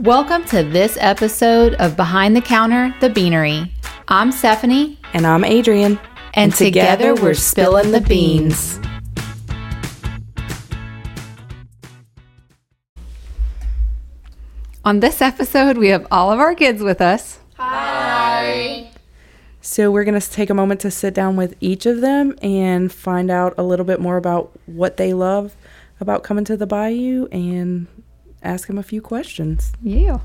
Welcome to this episode of Behind the Counter, The Beanery. I'm Stephanie, And I'm Adrian. and, together, we're spilling the beans. On this episode, we have all of our kids with us. So we're going to take a moment to sit down with each of them and find out a little bit more about what they love about coming to the bayou and ask them a few questions. Yeah.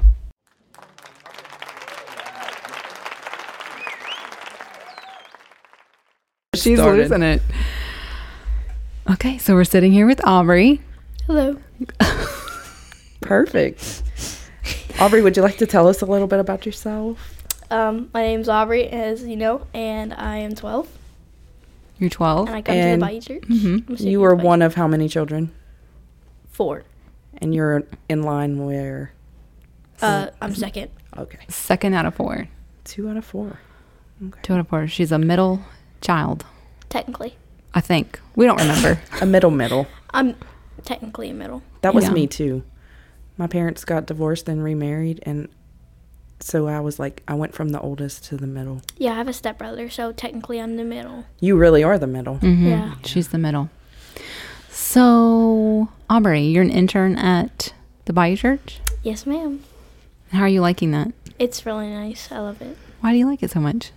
She's Started. losing it. Okay, so we're sitting here with Aubrey. Hello. Perfect. Aubrey, would you like to tell us a little bit about yourself? Um, my name's Aubrey, as you know, and I am 12, You're 12. and I come And- mm-hmm. to the Bayou Church. I'm a student You at were Bayou- one of how many children? four. And you're in line where? Uh, I'm Mm-hmm. second. Okay. Second out of four. Two out of four. Two out of four. She's a middle child, Technically, I think. We don't remember. A middle middle. I'm technically a middle. That was Yeah. me too. My parents got divorced and remarried, and so I was like, I went from the oldest to the middle. Yeah, I have a stepbrother, so technically I'm the middle. You really are the middle. Mhm. Yeah. She's the middle. So, Aubrey, you're an intern at the Bayou Church. Yes, ma'am. How are you liking that? It's really nice. I love it. Why do you like it so much?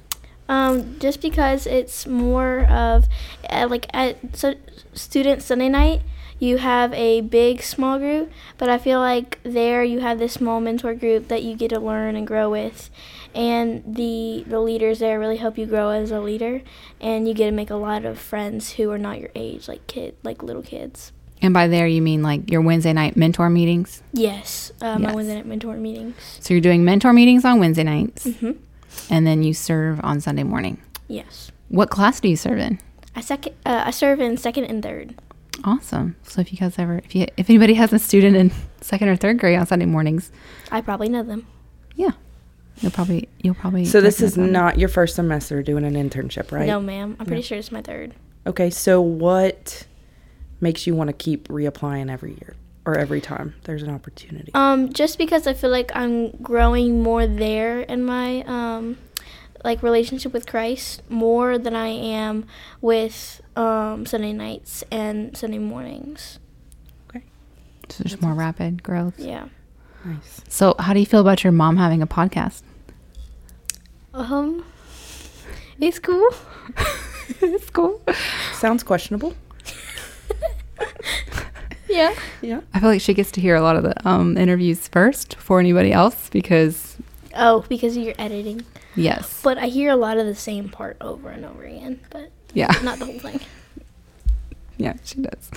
Um, just because it's more of uh, like at so student Sunday night, you have a big small group, but I feel like there you have this small mentor group that you get to learn and grow with, and the the leaders there really help you grow as a leader, and you get to make a lot of friends who are not your age, like kid, like little kids. And by there, you mean like your Wednesday night mentor meetings? Yes, um, Yes. I was in at mentor meetings. So you're doing mentor meetings on Wednesday nights, Mhm. Mm-hmm. and then you serve on Sunday morning. Yes, What class do you serve in? I second. Uh, I serve in second and third. Awesome. So if you guys ever, if you, if anybody has a student in second or third grade on Sunday mornings, I probably know them. yeah, you'll probably you'll probably. So this is recognize them. not your first semester doing an internship, right? No, ma'am. I'm pretty sure it's my third. Okay, so what makes you want to keep reapplying every year or every time there's an opportunity? Um, just because I feel like I'm growing more there in my um, like relationship with Christ more than I am with um, Sunday nights and Sunday mornings. So there's more rapid growth. Yeah. nice. So how do you feel about your mom having a podcast? Um, it's cool. it's cool. Sounds questionable. Yeah. Yeah. I feel like she gets to hear a lot of the um, interviews first before anybody else because Oh, because you're editing. yes, But I hear a lot of the same part over and over again, but yeah, not the whole thing. yeah, she does.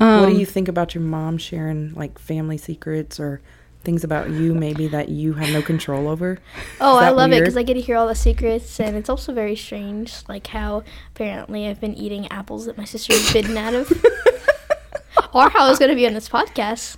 Um, what do you think about your mom sharing like family secrets or things about you maybe that you have no control over? Oh, Is I that love it 'cause it weird? because I get to hear all the secrets, and it's also very strange, like how apparently I've been eating apples that my sister was bitten out of, or how I was going to be on this podcast.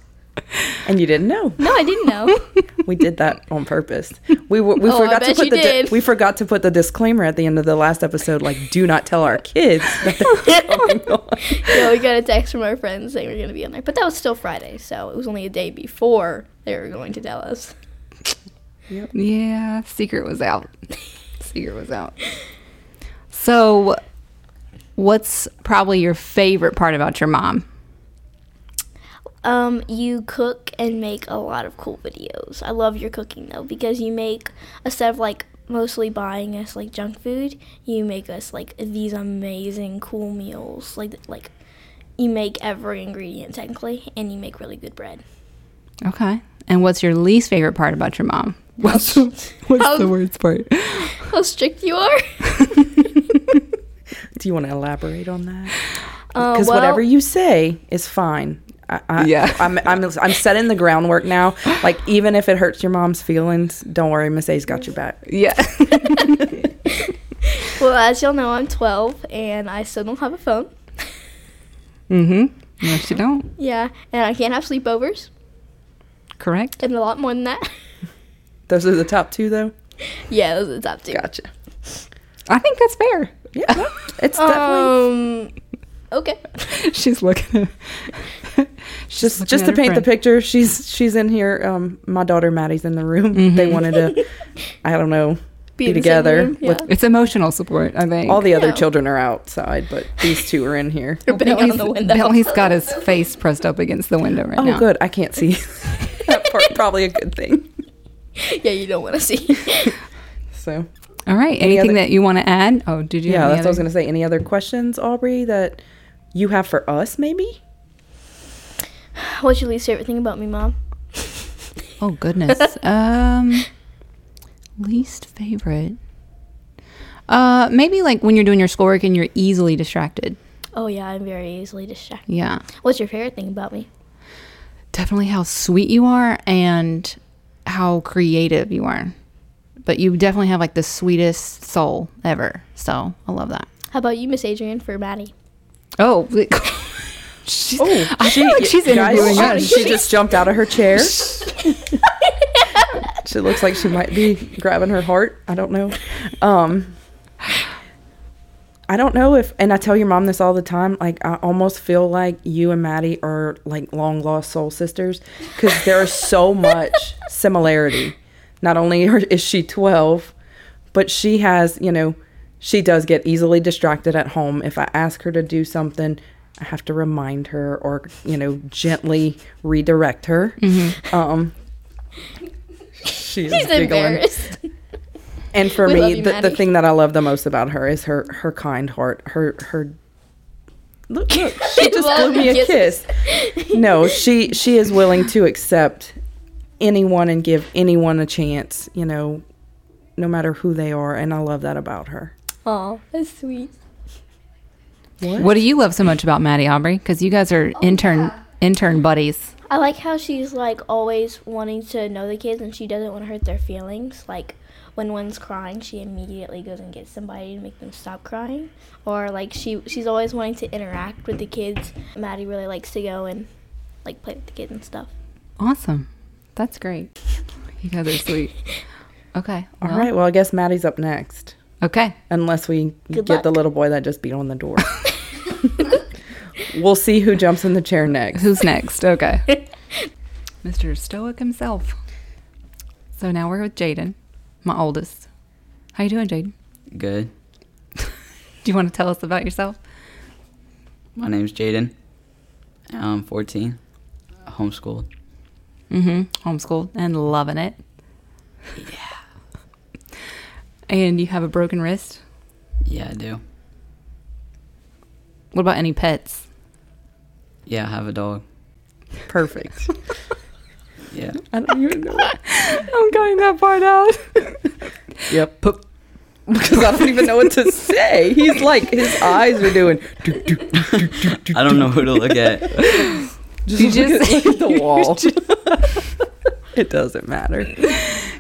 And you didn't know. No, I didn't know. We did that on purpose. We were, we Oh, I forgot to bet put you the di- did. we forgot to put the disclaimer at the end of the last episode. Like, do not tell our kids. That it's going on. yeah, we got a text from our friends saying we are going to be on there, but that was still Friday, so it was only a day before they were going to tell us. Yeah, secret was out. secret was out. So, what's probably your favorite part about your mom? Um, you cook and make a lot of cool videos. I love your cooking though because you make instead of like mostly buying us like junk food, you make us like these amazing cool meals. Like like you make every ingredient technically, and you make really good bread. Okay. And what's your least favorite part about your mom? What's what's the worst part? How strict you are! Do you want to elaborate on that? Uh, Because well, whatever you say is fine. I, I, Yeah. I'm, I'm, I'm setting the groundwork now. Like, even if it hurts your mom's feelings, don't worry, Miss A's got your back. Yeah. well, as y'all know, I'm 12 and I still don't have a phone. mm-hmm. No, she don't. Yeah, and I can't have sleepovers Correct. and a lot more than that. Those are the top two, though. yeah, those are the top two. Gotcha. I think that's fair. Yeah, no, Oh. it's definitely Um, okay. She's looking. At, just looking just at her to paint the friend. picture, she's she's in here. Um, my daughter Maddie's in the room. Mm-hmm. They wanted to, I don't know, be, in the same together. room, With yeah. It's emotional support, I think. all the other Yeah. children are outside, but these two are in here. They're banging on Bentley's- the window. Bentley's got his face pressed up against the window right oh, now. good. I can't see. that part probably a good thing. yeah, you don't want to see. So All right. Anything other- that you want to add? Oh, did you? have yeah, that's any what I was other- gonna say. Any other questions, Aubrey, that you have for us? Maybe. What's your least favorite thing about me, mom? Oh goodness. um, least favorite. Uh, maybe like when you're doing your schoolwork and you're easily distracted. Oh yeah, I'm very easily distracted. Yeah, What's your favorite thing about me? definitely how sweet you are and how creative you are. But you definitely have like the sweetest soul ever. So I love that. How about you, Miss Adrian, for Maddie? Oh. She's, Oh, I feel like she's Guys, interviewing she, us. she just jumped out of her chair. she looks like she might be grabbing her heart. I don't know. Um, I don't know if, and I tell your mom this all the time. Like, I almost feel like you and Maddie are like long lost soul sisters because there is so much similarity. Not only are- is she 12, but she has, you know, she does get easily distracted at home. If I ask her to do something, I have to remind her or, you know, gently redirect her. Um, she is She's giggling. embarrassed. And for We love me, you, the, the Maddie. thing that I love the most about her is her her kind heart. Her her look, look she just Love blew me a kisses. kiss. No, she she is willing to accept anyone and give anyone a chance. You know, no matter who they are, and I love that about her. Oh, that's sweet. What do you love so much about Maddie Aubrey? Because you guys are Oh, intern intern buddies. I like how she's like always wanting to know the kids and she doesn't want to hurt their feelings. Like when one's crying, she immediately goes and gets somebody to make them stop crying. Or like she she's always wanting to interact with the kids. Maddie really likes to go and like play with the kids and stuff. Awesome. That's great. You guys are sweet. Okay. All right, well, I guess Maddie's up next, Okay. unless we Good get the luck. little boy that just beat on the door. we'll see who jumps in the chair next. Who's next? Okay. Mr. Stoic himself. So now we're with Jaden, my oldest. How you doing, Jaden? Good. Do you want to tell us about yourself? My name's Jaden. I'm 14. Homeschooled. Mm-hmm. Homeschooled and loving it. Yeah. And you have a broken wrist. Yeah, I do. What about any pets? Yeah, I have a dog. Perfect. Yeah. I don't even know. I'm cutting that part out. Yep. Because I don't even know what to say. He's like, his eyes are doing. I don't know who to look at. Just, You look, just- at, look at the wall. it doesn't matter.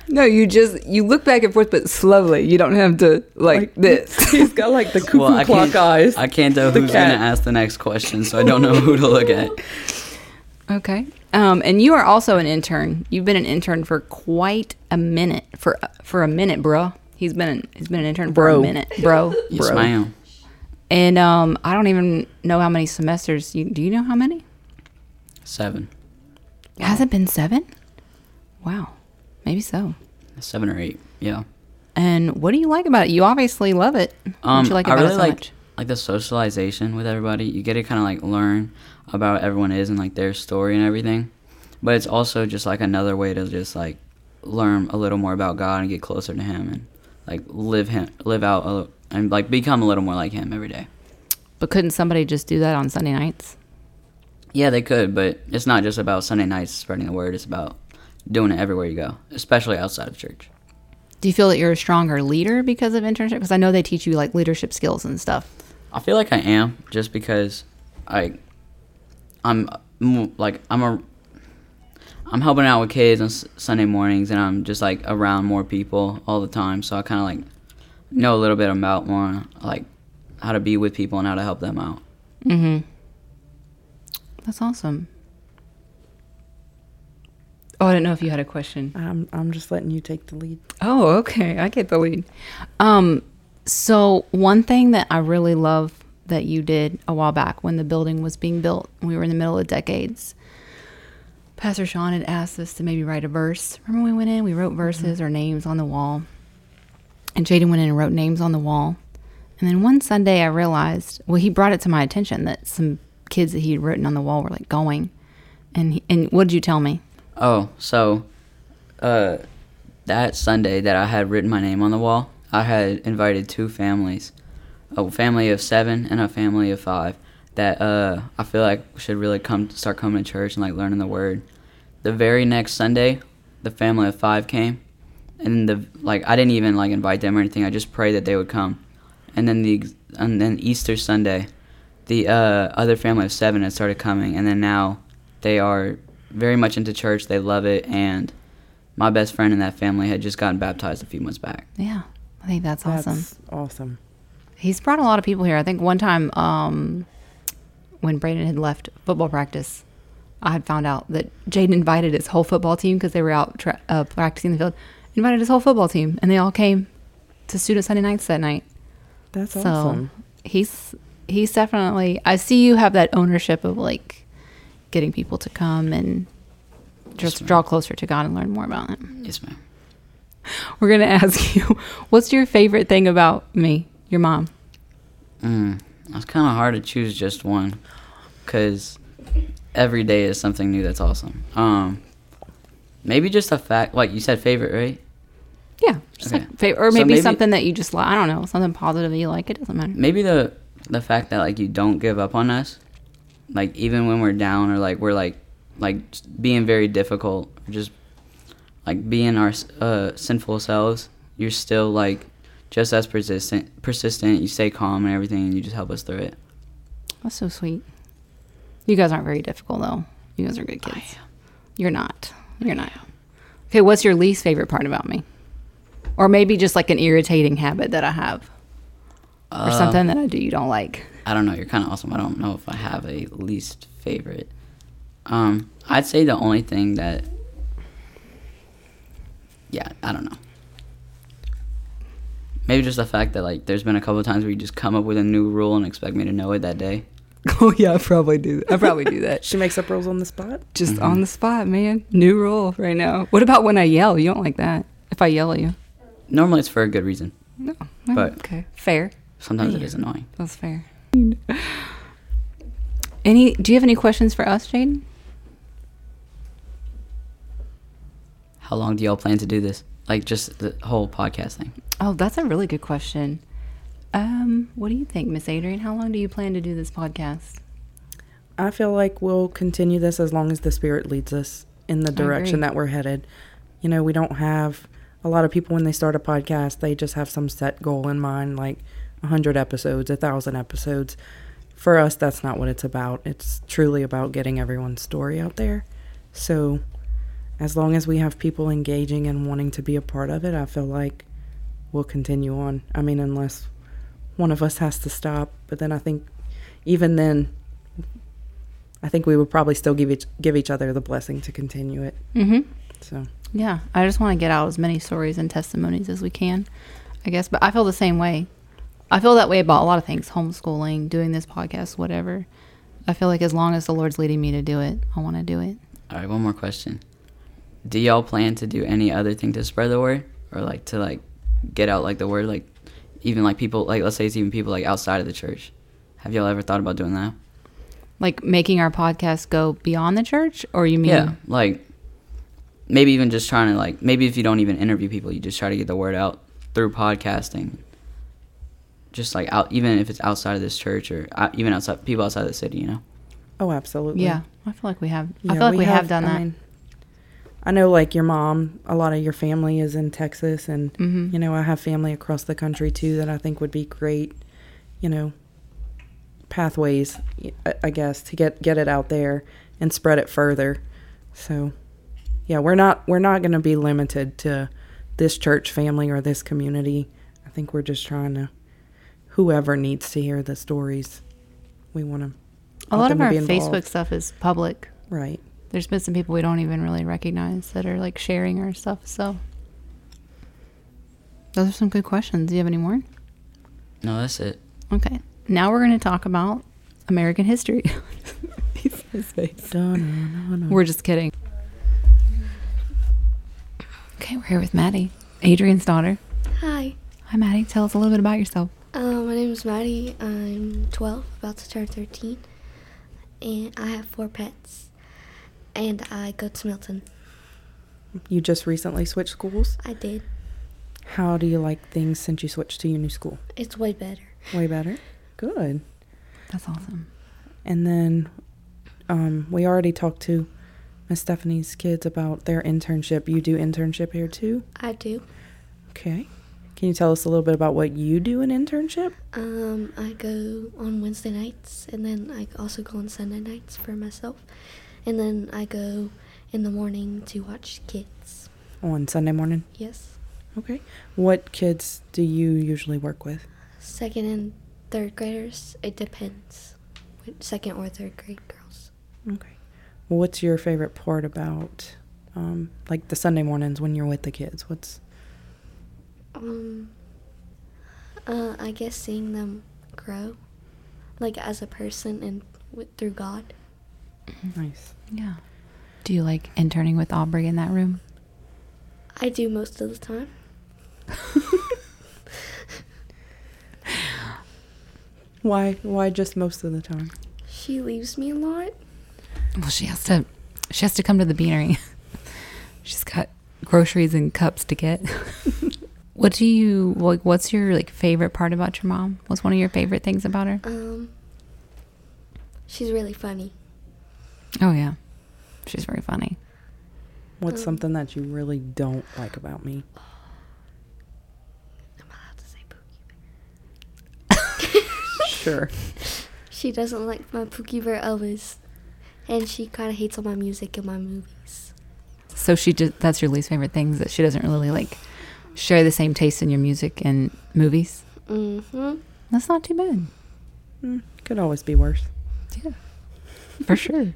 No, you just you look back and forth, but slowly. You don't have to Like He's got like the cuckoo Well, I clock can't, eyes. I can't tell The who's going to cat. ask the next question, so I don't know who to look at. Okay. Um, and you are also an intern. You've been an intern for quite a minute. For for a minute, bro. He's been an, he's been an intern for Bro. a minute, bro. Yes, Bro. ma'am. And um, I don't even know how many semesters. You, do you know how many? Seven. Has it been seven? Wow, maybe so. Seven or eight. Yeah. And what do you like about it? You obviously love it. what do you like about it so Um, like much? like the socialization with everybody. You get to kind of like learn about what everyone is and like their story and everything. But it's also just like another way to just like learn a little more about God and get closer to Him and like live Him, live out, a, li- and like become a little more like Him every day. But couldn't somebody just do that on Sunday nights? Yeah, they could, but it's not just about Sunday nights spreading the word. It's about doing it everywhere you go, especially outside of church. Do you feel that you're a stronger leader because of internship? Because I know they teach you like leadership skills and stuff. I feel like I am just because I I'm mm, like I'm a I'm helping out with kids on S- Sunday mornings and I'm just like around more people all the time so I kind of like know a little bit about more like how to be with people and how to help them out. That's awesome. Oh, I didn't know if you had a question. I'm, I'm just letting you take the lead. Oh, okay. I get the lead. Um, so one thing that I really love that you did a while back when the building was being built. and We were in the middle of decades. Pastor Sean had asked us to maybe write a verse. Remember when we went in, we wrote verses or names on the wall. And Jaden went in and wrote names on the wall. And then one Sunday I realized, well, he brought it to my attention that some kids that he had written on the wall were like going. And he, and what did you tell me? Oh, so uh, that Sunday that I had written my name on the wall, I had invited two families, a family of seven and a family of five, that uh, I feel like should really come start coming to church and like learning the word. The very next Sunday, the family of five came, and the like I didn't even like invite them or anything. I just prayed that they would come, and then the and then Easter Sunday, the uh, other family of seven had started coming, and then now they are very much into church. They love it, and my best friend in that family had just gotten baptized a few months back. Yeah, I think that's That's awesome. awesome. He's brought a lot of people here. I think one time um, when Brandon had left football practice, I had found out that Jaden invited his whole football team because they were out tra- uh, practicing in the field. Invited his whole football team, and they all came to student Sunday nights that night. That's so awesome. he's he's definitely. I see you have that ownership of like getting people to come and just draw closer to God and learn more about Him. Yes, ma'am. We're gonna ask you, what's your favorite thing about me, your mom? Mm, it's kind of hard to choose just one, cause every day is something new that's awesome. Um, maybe just a fact, like you said, favorite, right? Yeah, just Okay. like fav- or So maybe, maybe- something that you just like. I don't know, something positive that you like. It doesn't matter. Maybe the the fact that like you don't give up on us, like even when we're down or like we're like like just being very difficult, just like being our uh, sinful selves. You're still like just as persistent, persistent. You stay calm and everything, and you just help us through it. That's so sweet. You guys aren't very difficult though. You guys are good kids. You're not. You're not. Okay, what's your least favorite part about me? Or maybe just like an irritating habit that I have, or Uh, something that I do you don't like. I don't know. You're kind of awesome. I don't know if I have a least favorite. Um, I'd say the only thing that, yeah, I don't know. Maybe just the fact that like there's been a couple of times where you just come up with a new rule and expect me to know it that day. Oh yeah, I probably do. I probably do that Mm-hmm. She makes up rules on the spot. just on the spot, man. New rule right now. What about when I yell? You don't like that. If I yell at you, Normally it's for a good reason. no. But- okay, fair. Sometimes it is annoying. That's fair. Any? Do you have any questions for us, Jaden? How long do y'all plan to do this? Like just the whole podcast thing. Oh, that's a really good question. Um, what do you think, Miss Adrian? How long do you plan to do this podcast? I feel like we'll continue this as long as the Spirit leads us in the direction agree. that we're headed. You know, we don't have a lot of people when they start a podcast, they just have some set goal in mind, like 100 episodes, 1,000 episodes. For us, that's not what it's about. It's truly about getting everyone's story out there. So, as long as we have people engaging and wanting to be a part of it, I feel like we'll continue on. I mean, unless one of us has to stop, but then I think even then, I think we would probably still give each give each other the blessing to continue it. Mm-hmm. So Yeah, I just want to get out as many stories and testimonies as we can, I guess. But I feel the same way. I feel that way about a lot of things homeschooling, doing this podcast, whatever. I feel like as long as the Lord's leading me to do it, I want to do it. All right, one more question. Do y'all plan to do any other thing to spread the word, or like to like get out like the word, like even like people like let's say it's even people like outside of the church. Have y'all ever thought about doing that? Like making our podcast go beyond the church, or you mean? Yeah, like maybe even just trying to like maybe if you don't even interview people, you just try to get the word out through podcasting. Just like out, even if it's outside of this church or uh, even outside people outside of the city, you know. oh, absolutely. Yeah, I feel like we have. Yeah, I feel like we, have, done I that. mean, I know, like your mom, a lot of your family is in Texas, and Mhm. you know I have family across the country too that I think would be great. You know, pathways, y- I I guess, to get get it out there and spread it further. So, yeah, we're not we're not going to be limited to this church family or this community. I think we're just trying to whoever needs to hear the stories. We want to a lot of our involved. Facebook stuff is public. right. There's been some people we don't even really recognize that are like sharing our stuff. So those are some good questions. Do you have any more? No, that's it. Okay. now we're going to talk about American history. His face. We're just kidding. Okay, we're here with Maddie, Adrian's daughter. Hi, Hi, Maddie. Tell us a little bit about yourself. uh, my name is Maddie. I'm 12, about to turn 13, and I have four pets. And I go to Milton. You just recently switched schools. I did. How do you like things since you switched to your new school? It's way better. Way better. Good. That's awesome. And then um, we already talked to Miss Stephanie's kids about their internship. You do internship here too. I do. Okay. Can you tell us a little bit about what you do in internship? Um, I go on Wednesday nights, and then I also go on Sunday nights for myself, and then I go in the morning to watch kids. On Sunday morning. Yes, Okay. What kids do you usually work with? second and third graders. It depends. which Second or third grade girls. Okay. What's your favorite part about, um, like the Sunday mornings when you're with the kids? What's Um, uh, I guess seeing them grow, like as a person and with, through God. nice? Yeah. Do you like interning with Aubrey in that room? I do most of the time. Why? Why just most of the time? She leaves me a lot. Well, she has to. She has to come to the beanery. She's got groceries and cups to get. what do you like? What's your like favorite part about your mom? What's one of your favorite things about her? Um, she's really funny. Oh yeah, she's very funny. What's Um, something that you really don't like about me? Am I allowed to say Pookie Bear? Sure. She doesn't like my Pookie Bear Elvis, and she kind of hates all my music and my movies. So she just that's your least favorite thing is that she doesn't really like share the same taste in your music and movies. Mm-hmm. That's not too bad. Mm, could always be worse. Yeah, for sure.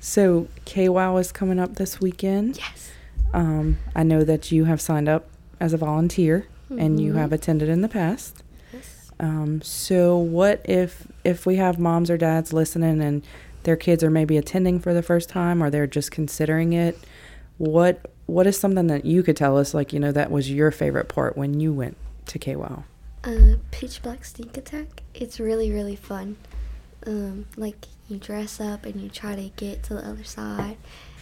So KWOW is coming up this weekend. Yes. Um, I know that you have signed up as a volunteer and you Mhm. have attended in the past. Yes. Um, so what if if we have moms or dads listening and their kids are maybe attending for the first time or they're just considering it? What what is something that you could tell us like, you know, that was your favorite part when you went to KWOW? Uh, Pitch Black Sneak Attack. It's really, really fun. Um, like you dress up and you try to get to the other side,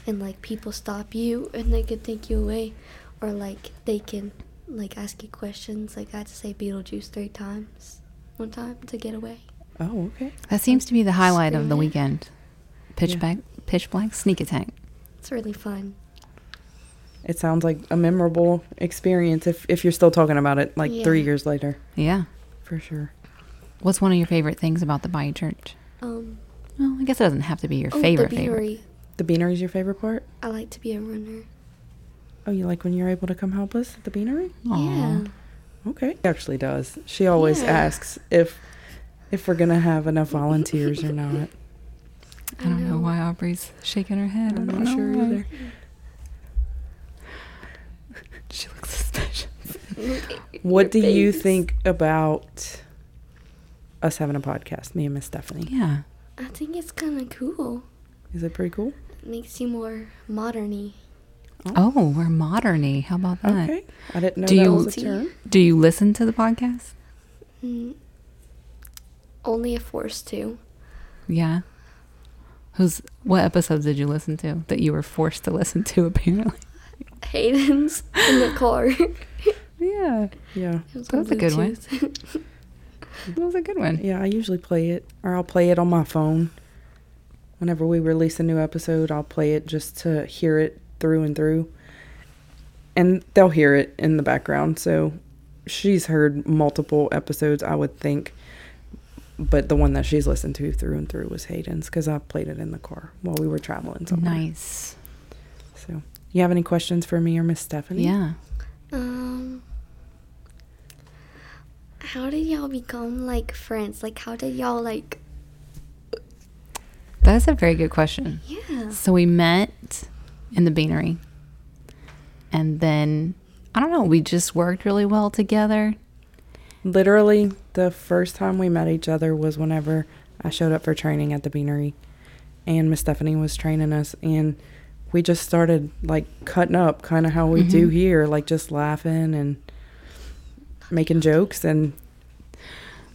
and like people stop you and they can take you away, or like they can like ask you questions. Like I had to say Beetlejuice three times, one time to get away. Oh, okay. That seems to be the highlight of the Spirit. weekend. Pitch Yeah. black, pitch black, sneak attack. It's really fun. It sounds like a memorable experience if if you're still talking about it like 3 Yeah. years later, Yeah. for sure. What's one of your favorite things about the Bayou Church? Um, Well, I guess it doesn't have to be your oh, favorite the favorite. beanery. The beanery is your favorite part? I like to be a runner. Oh, you like when you're able to come help us at the beanery? Aw. Yeah. Okay. She actually does. She always Yeah. asks if if we're gonna have enough volunteers or not. I don't know why Aubrey's shaking her head. I'm not sure why. either. She looks suspicious. What do Your you face. think about us having a podcast, me and Miss Stephanie? Yeah. I think it's kind of cool. Is it pretty cool? It makes you more moderny. Oh, we're moderny. How about that? Okay. I didn't know Do that you- was a term. Do you listen to the podcast? Mm, only if forced to. Yeah. Who's what episodes did you listen to that you were forced to listen to apparently? Hayden's in the car. It Yeah. Yeah. was That on was a good one. Bluetooth. That was a good one. Yeah, I usually play it or I'll play it on my phone. Whenever we release a new episode, I'll play it just to hear it through and through. And they'll hear it in the background. So she's heard multiple episodes, I would think. But the one that she's listened to through and through was Hayden's because I played it in the car while we were traveling somewhere. Nice. So, you have any questions for me or Miss Stephanie? Yeah. Um, how did y'all become like friends? Like, how did y'all like? That's a very good question. Yeah. So we met in the beanery. And then I don't know, we just worked really well together. Literally, the first time we met each other was whenever I showed up for training at the Beanery, and Miss Stephanie was training us, and we just started like cutting up, kind of how we do here, like just laughing and making jokes, and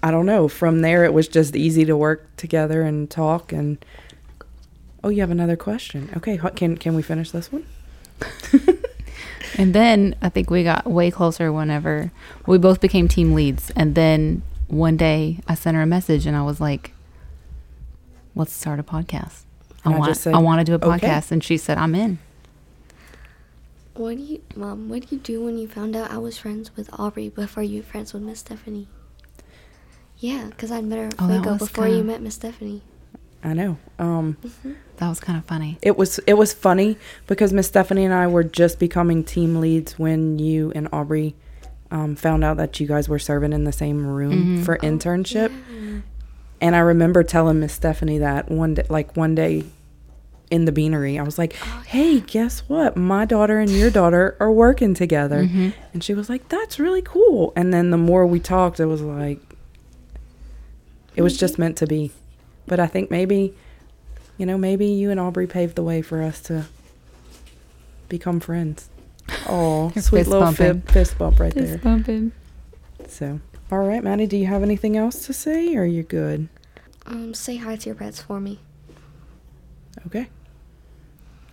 I don't know. From there, it was just easy to work together and talk. And oh, you have another question? Okay, ho- can can we finish this one? And then I think we got way closer whenever we both became team leads. And then one day I sent her a message and I was like, let's start a podcast. I And I want, just said, I want to do a "Okay." podcast. And she said, I'm in. What do you, mom? What do you do when you found out I was friends with Aubrey before you were friends with Miss Stephanie? Yeah, 'cause I'd met her at Oh, that Fuego was before you kinda- met Miss Stephanie. I know. Um, That was kind of funny. it was it was funny because Miss Stephanie and I were just becoming team leads when you and Aubrey um, found out that you guys were serving in the same room for internship. And I remember telling Miss Stephanie that one day, like one day in the beanery, I was like, "Hey, guess what? My daughter and your daughter are working together." Mm-hmm. And she was like, "That's really cool." And then the more we talked, it was like it was just meant to be. But I think maybe you know, maybe you and Aubrey paved the way for us to become friends. Oh, Your sweet fist little bumping. fib, fist bump right there. bumping. So, all right, Maddie, do you have anything else to say, or are you good? Um, say hi to your pets for me. Okay.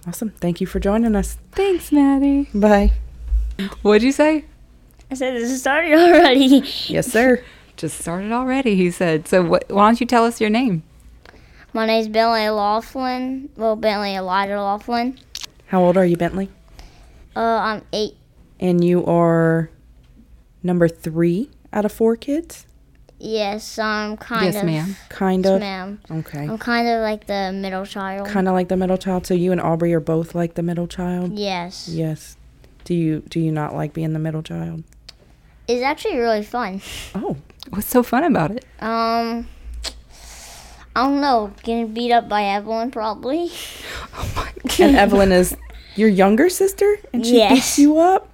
Awesome. Thank you for joining us. Thanks, Maddie. Bye. What'd you say? I said this started already. Yes, sir. Just started already, he said. So what, why don't you tell us your name? My name's Bentley Laughlin. Well, Bentley Elijah Laughlin. How old are you, Bentley? Uh, I'm eight. And you are number three out of four kids? Yes, I'm kind yes, of. ma'am. Kind Yes, of. ma'am. Okay. I'm kind of like the middle child. Kind of like the middle child. So you and Aubrey are both like the middle child? yes. Yes. Do you do you not like being the middle child? It's actually really fun. Oh, What's so fun about it? Um, I don't know. Getting beat up by Evelyn probably. Oh and Evelyn is your younger sister, and she beats Yes. you up.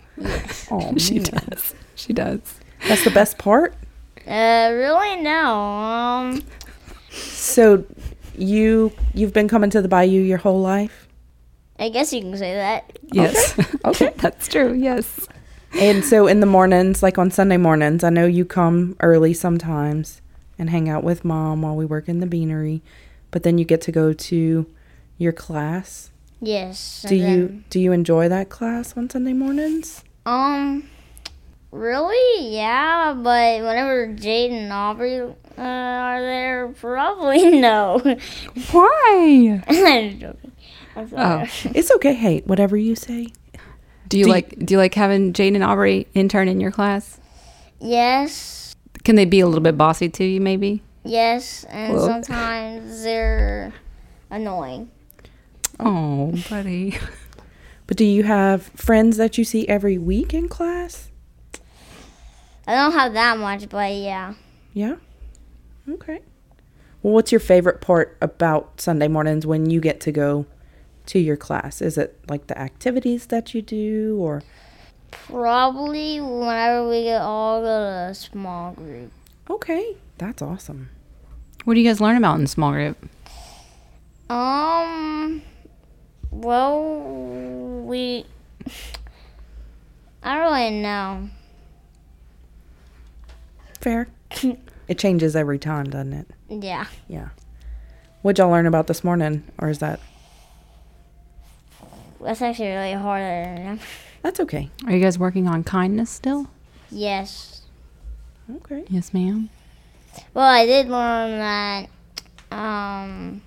Oh, She man. does. She does. that's the best part. Uh, really no. Um, So, you you've been coming to the Bayou your whole life, I guess you can say that. Yes. Okay. That's true. Yes. and so in the mornings, like on Sunday mornings, I know you come early sometimes and hang out with mom while we work in the beanery, but then you get to go to your class. Yes. Do and you do you enjoy that class on Sunday mornings? then- Um, really? Yeah, but whenever Jade and Aubrey uh, are there, probably no. Why? I'm joking. I'm sorry. Oh. It's okay. Hey, whatever you say. Do you Do you- like do you like having Jane and Aubrey intern in your class? Yes, Can they be a little bit bossy to you maybe? yes, and Well- sometimes they're annoying. Oh, buddy. But do you have friends that you see every week in class? I don't have that much, but yeah. Yeah. Okay. Well, what's your favorite part about Sunday mornings when you get to go to your class? Is it like the activities that you do or Probably whenever we get all go to a small group. Okay, that's awesome. What do you guys learn about in small group? Um, well, we. I don't really know. Fair. it changes every time, doesn't it? Yeah. Yeah. What'd y'all learn about this morning or is that That's actually really hard. I don't know. That's okay. Are you guys working on kindness still? Yes. Okay. Yes, ma'am. Well, I did learn that um,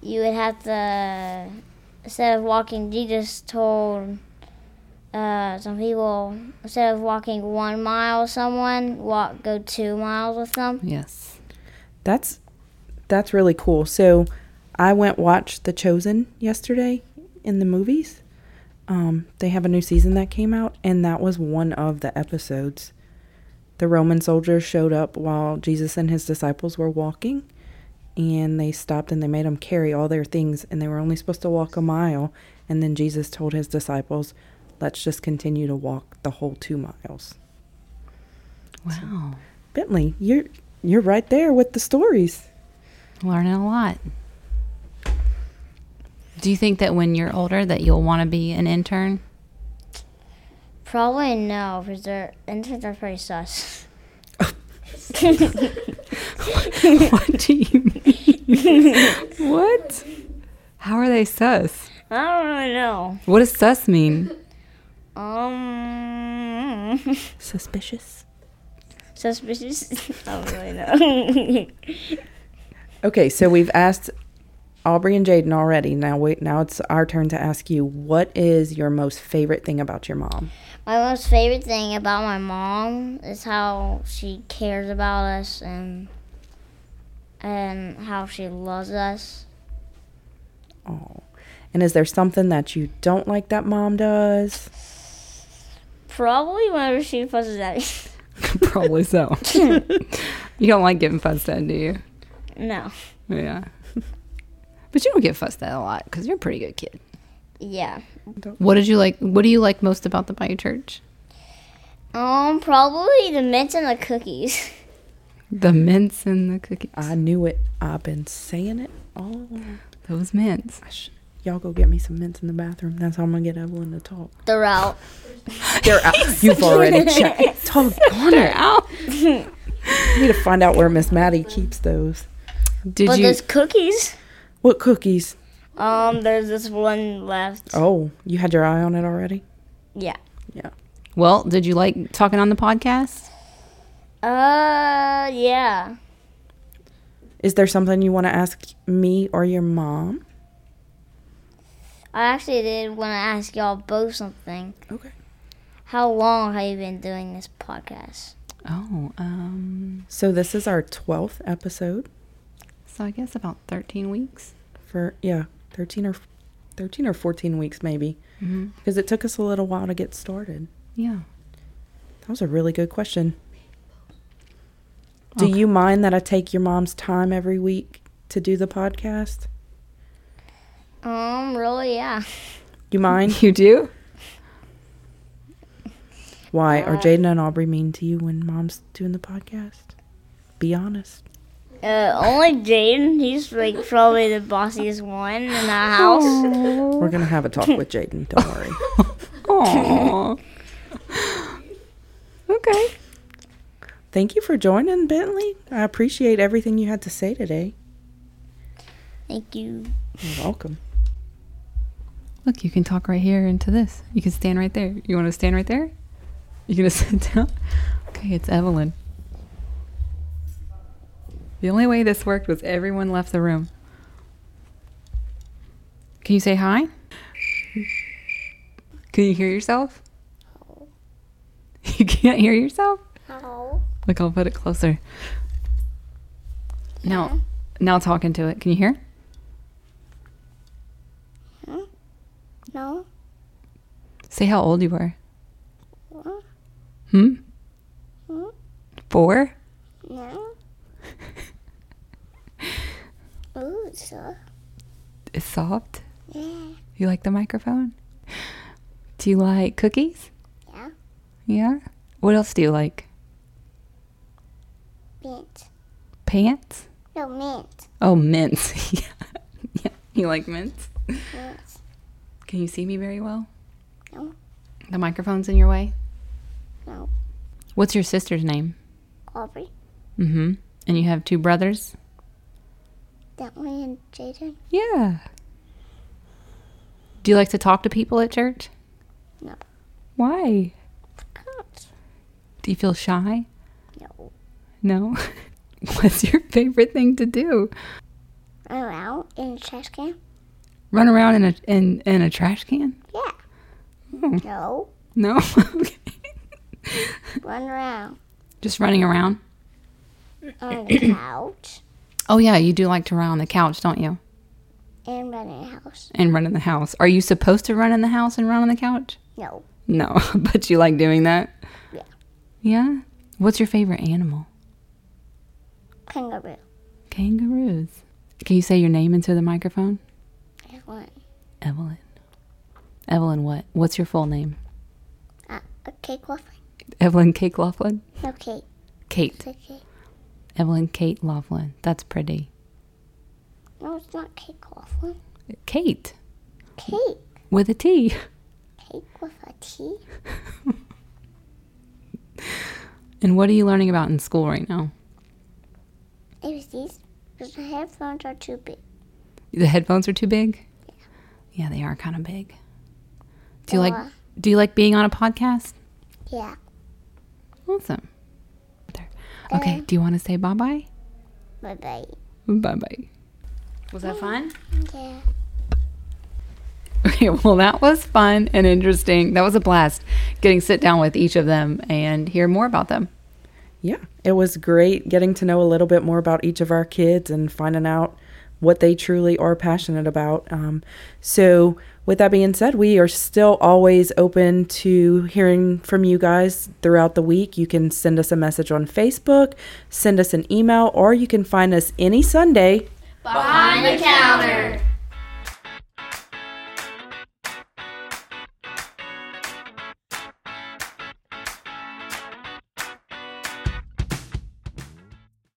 you would have to instead of walking. Jesus told uh, some people instead of walking one mile, with someone walk go two miles with them. Yes. That's that's really cool. So I went watch The Chosen yesterday in the movies. Um, they have a new season that came out, and that was one of the episodes. The Roman soldiers showed up while Jesus and his disciples were walking, and they stopped and they made them carry all their things, and they were only supposed to walk a mile. And then Jesus told his disciples, "Let's just continue to walk the whole two miles." Wow. Bentley, you're you're right there with the stories. Learning a lot. Do you think that when you're older that you'll want to be an intern? Probably no, because their interns are pretty sus. what do you mean? what? How are they sus? I don't really know. What does sus mean? Um, Suspicious. suspicious. I don't really know. Okay, so we've asked Aubrey and Jaden already. Now wait, now it's our turn to ask you what is your most favorite thing about your mom? My most favorite thing about my mom is how she cares about us and and how she loves us. Oh. And is there something that you don't like that mom does? Probably whenever she fuzzes at me. Probably so. you don't like getting fussed at, do you? no. Yeah. But you don't get fussed at a lot because you're a pretty good kid. Yeah. What did you like? What do you like most about the Bayou Church? Um, probably the mints and the cookies. The mints and the cookies. I knew it. I've been saying it all. Those mints. I sh- y'all go get me some mints in the bathroom. That's how I'm gonna get Evelyn to talk. They're out. They're out. You've already checked. Talk Honor Oh, out. I need to find out where Miss Maddie keeps those. Did but you? there's cookies. What cookies? Um, there's this one left. Oh, you had your eye on it already? Yeah. well, did you like talking on the podcast? Uh, yeah. Is there something you want to ask me or your mom? I actually did want to ask y'all both something. Okay. How long have you been doing this podcast? Oh, um, So this is our 12th episode so I guess about 13 weeks. for yeah, 13 or 13 or 14 weeks maybe. Mm-hmm. Because it took us a little while to get started. Yeah. That was a really good question. Do you mind that I take your mom's time every week to do the podcast? Um, really, yeah. You mind? You do? Why are Jaden and Aubrey mean to you when mom's doing the podcast? Be honest. Uh, only Jaden. He's like probably the bossiest one in the house. We're gonna have a talk with Jaden. Don't worry. Aww. okay. Thank you for joining, Bentley. I appreciate everything you had to say today. Thank you. You're welcome. Look, you can talk right here into this. You can stand right there. You want to stand right there? You gonna sit down? Okay, it's Evelyn. The only way this worked was everyone left the room. Can you say hi? Can you hear yourself? You can't hear yourself? Look, I'll put it closer. Now, now talk into it. Can you hear? No. Say how old you were. Hmm? Four? No. Ooh, so It's soft. You like the microphone? Do you like cookies? Yeah. Yeah? What else do you like? mint. Pants? No mint. Oh, mints. yeah. yeah. You like mints? Can you see me very well? No. The microphone's in your way? No. What's your sister's name? Aubrey, Mm hmm. And you have two brothers? Bentley, and Jaden. Yeah. Do you like to talk to people at church? No. Why? Cut. Do you feel shy? No. No. What's your favorite thing to do? I'm out in the trash can. Run around in a in, in a trash can? Yeah. No. No. Okay. Run around Just running around. on the couch Oh yeah, you do like to run on the couch, don't you? and run in the house. And run in the house. Are you supposed to run in the house and run on the couch? No. No, but you like doing that. Yeah. Yeah. What's your favorite animal? Kangaroo. Kangaroos. Can you say your name into the microphone? There's one. Evelyn. Evelyn, what? What's your full name? Uh, a cake waffle. Evelyn Kate Laughlin? Okay. Kate. Okay. Evelyn Kate Laughlin. That's pretty. No, it's not Kate Coughlin. Kate Kate. with a T. Kate with a T. And what are you learning about in school right now? ABCs. Because my headphones are too big. The headphones are too big? Yeah, they are kind of big. Do you like Or- do you like being on a podcast? Yeah. Awesome. There. Okay, do you want to say bye-bye? Bye bye. Bye-bye. Was that fun? Yeah. Okay, well, that was fun and interesting. That was a blast getting sit down with each of them and hear more about them. Yeah, it was great getting to know a little bit more about each of our kids and finding out what they truly are passionate about. Um, so, with that being said, we are still always open to hearing from you guys throughout the week. You can send us a message on Facebook, send us an email, or you can find us any Sunday Behind the counter.